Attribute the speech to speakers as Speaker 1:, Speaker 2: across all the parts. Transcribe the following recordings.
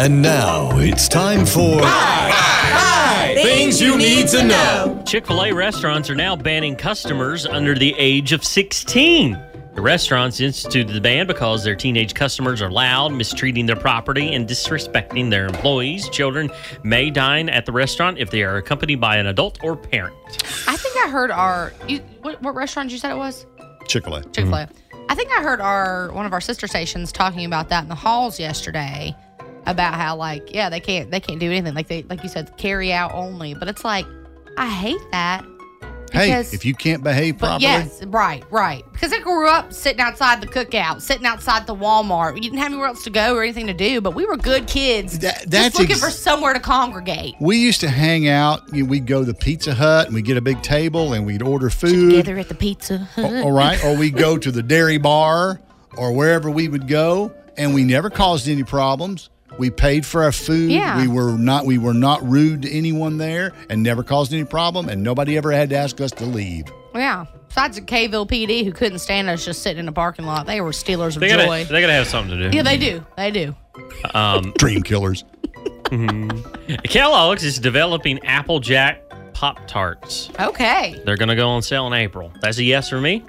Speaker 1: And now it's time for
Speaker 2: Things you need to know.
Speaker 3: Chick fil A restaurants are now banning customers under the age of 16. The restaurants instituted the ban because their teenage customers are loud, mistreating their property, and disrespecting their employees. Children may dine at the restaurant if they are accompanied by an adult or parent.
Speaker 2: I think I heard our you, what, what restaurant did you said it was
Speaker 1: Chick fil A.
Speaker 2: Chick Fil A.
Speaker 1: Mm-hmm.
Speaker 2: I think I heard our one of our sister stations talking about that in the halls yesterday about how like yeah they can't they can't do anything like they like you said carry out only but it's like I hate that
Speaker 1: Hey,
Speaker 2: Because-
Speaker 1: if you can't behave
Speaker 2: But
Speaker 1: properly,
Speaker 2: yes, right, right. Because I grew up sitting outside the cookout, sitting outside the Walmart. You didn't have anywhere else to go or anything to do, but we were good kids.
Speaker 1: That-
Speaker 2: just
Speaker 1: that's
Speaker 2: looking
Speaker 1: ex-
Speaker 2: for somewhere to congregate.
Speaker 1: we used to hang out. You know, We'd go to the Pizza Hut and we'd get a big table and we'd order food.
Speaker 2: Together at the pizza. Hut.
Speaker 1: O- All right. Or we'd go to the dairy bar or wherever we would go. And we never caused any problems. We paid for our food.
Speaker 2: Yeah.
Speaker 1: We were not we were not rude to anyone there and never caused any problem and nobody ever had to ask us to leave.
Speaker 2: yeah. Besides the Kville PD who couldn't stand us just sitting in a parking lot. They were stealers of
Speaker 3: They
Speaker 2: joy.
Speaker 3: gotta, they gotta have something to do.
Speaker 2: yeah, they do. They do.
Speaker 3: Um,
Speaker 1: Dream killers.
Speaker 3: Kellogg's is developing Apple Jack Pop Tarts.
Speaker 2: Okay.
Speaker 3: They're gonna go on sale in April. That's a yes for me.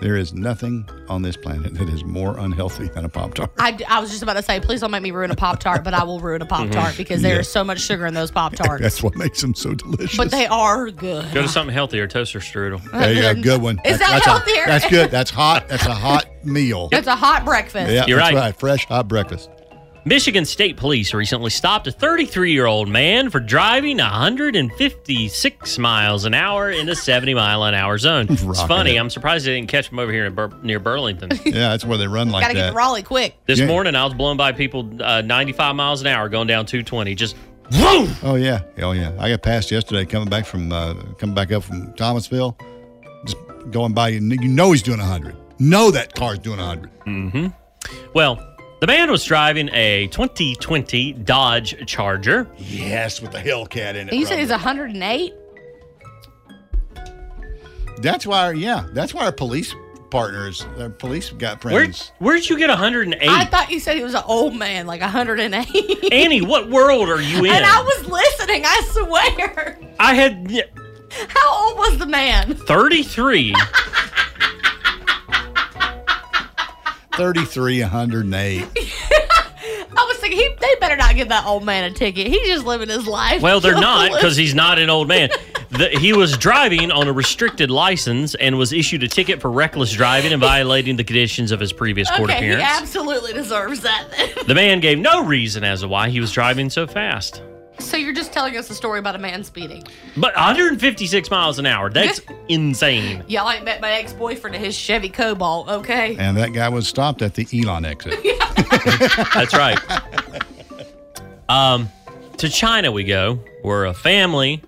Speaker 1: There is nothing on this planet that is more unhealthy than a Pop Tart.
Speaker 2: I, d- I was just about to say, please don't make me ruin a Pop Tart, but I will ruin a
Speaker 3: Mm-hmm.
Speaker 2: Pop Tart because there is so much sugar in those Pop Tarts.
Speaker 1: That's what makes them so delicious.
Speaker 2: but they are good.
Speaker 3: Go to something healthier, toaster strudel.
Speaker 1: there you go, good one.
Speaker 2: Is that
Speaker 1: that's a-
Speaker 2: healthier?
Speaker 1: that's good. That's hot. That's a hot meal.
Speaker 2: It's a hot breakfast.
Speaker 1: Yeah,
Speaker 3: You're
Speaker 1: that's
Speaker 3: right.
Speaker 1: Fresh hot breakfast.
Speaker 3: Michigan State Police recently stopped a 33 year old man for driving 156 miles an hour in a 70 mile an hour zone. It's
Speaker 1: Rocking
Speaker 3: funny.
Speaker 1: it.
Speaker 3: I'm surprised they didn't catch him over here in Bur- near Burlington.
Speaker 1: Yeah, that's where they run like
Speaker 2: Gotta
Speaker 1: that.
Speaker 2: get to Raleigh quick.
Speaker 3: This
Speaker 1: Yeah.
Speaker 3: morning, I was blown by people uh, 95 miles an hour going down 220. Just woo!
Speaker 1: Oh yeah, oh yeah. I got passed yesterday coming back from uh, coming back up from Thomasville. Just going by, you kn- you know he's doing 100. Know that car's doing 100.
Speaker 3: Well, the man was driving a 2020 Dodge Charger.
Speaker 1: Yes, with the Hellcat in it.
Speaker 2: You said he's
Speaker 1: Robert.
Speaker 2: 108?
Speaker 1: that's why. Our, yeah, that's why our police partners, our police got
Speaker 3: Where,
Speaker 1: friends.
Speaker 3: where'd you get 108?
Speaker 2: I thought you said he was an old man, like 108.
Speaker 3: Annie, what world are you in?
Speaker 2: And I was listening, I swear.
Speaker 3: I had
Speaker 2: How old was the man?
Speaker 3: 33.
Speaker 1: 33, 108.
Speaker 2: I was thinking, he, they better not give that old man a ticket. He's just living his life.
Speaker 3: Well, they're not because he's not an old man. The, he was driving on a restricted license and was issued a ticket for reckless driving and violating the conditions of his previous court
Speaker 2: Okay, he
Speaker 3: appearance.
Speaker 2: absolutely deserves that then.
Speaker 3: the man gave no reason as to why he was driving so fast.
Speaker 2: So you're just telling us a story about a man speeding.
Speaker 3: But 156 miles an hour, that's insane.
Speaker 2: Y'all ain't met my ex boyfriend in his Chevy Cobalt, okay?
Speaker 1: And that guy was stopped at the Elon exit.
Speaker 3: That's right. Um, to China we go, where a family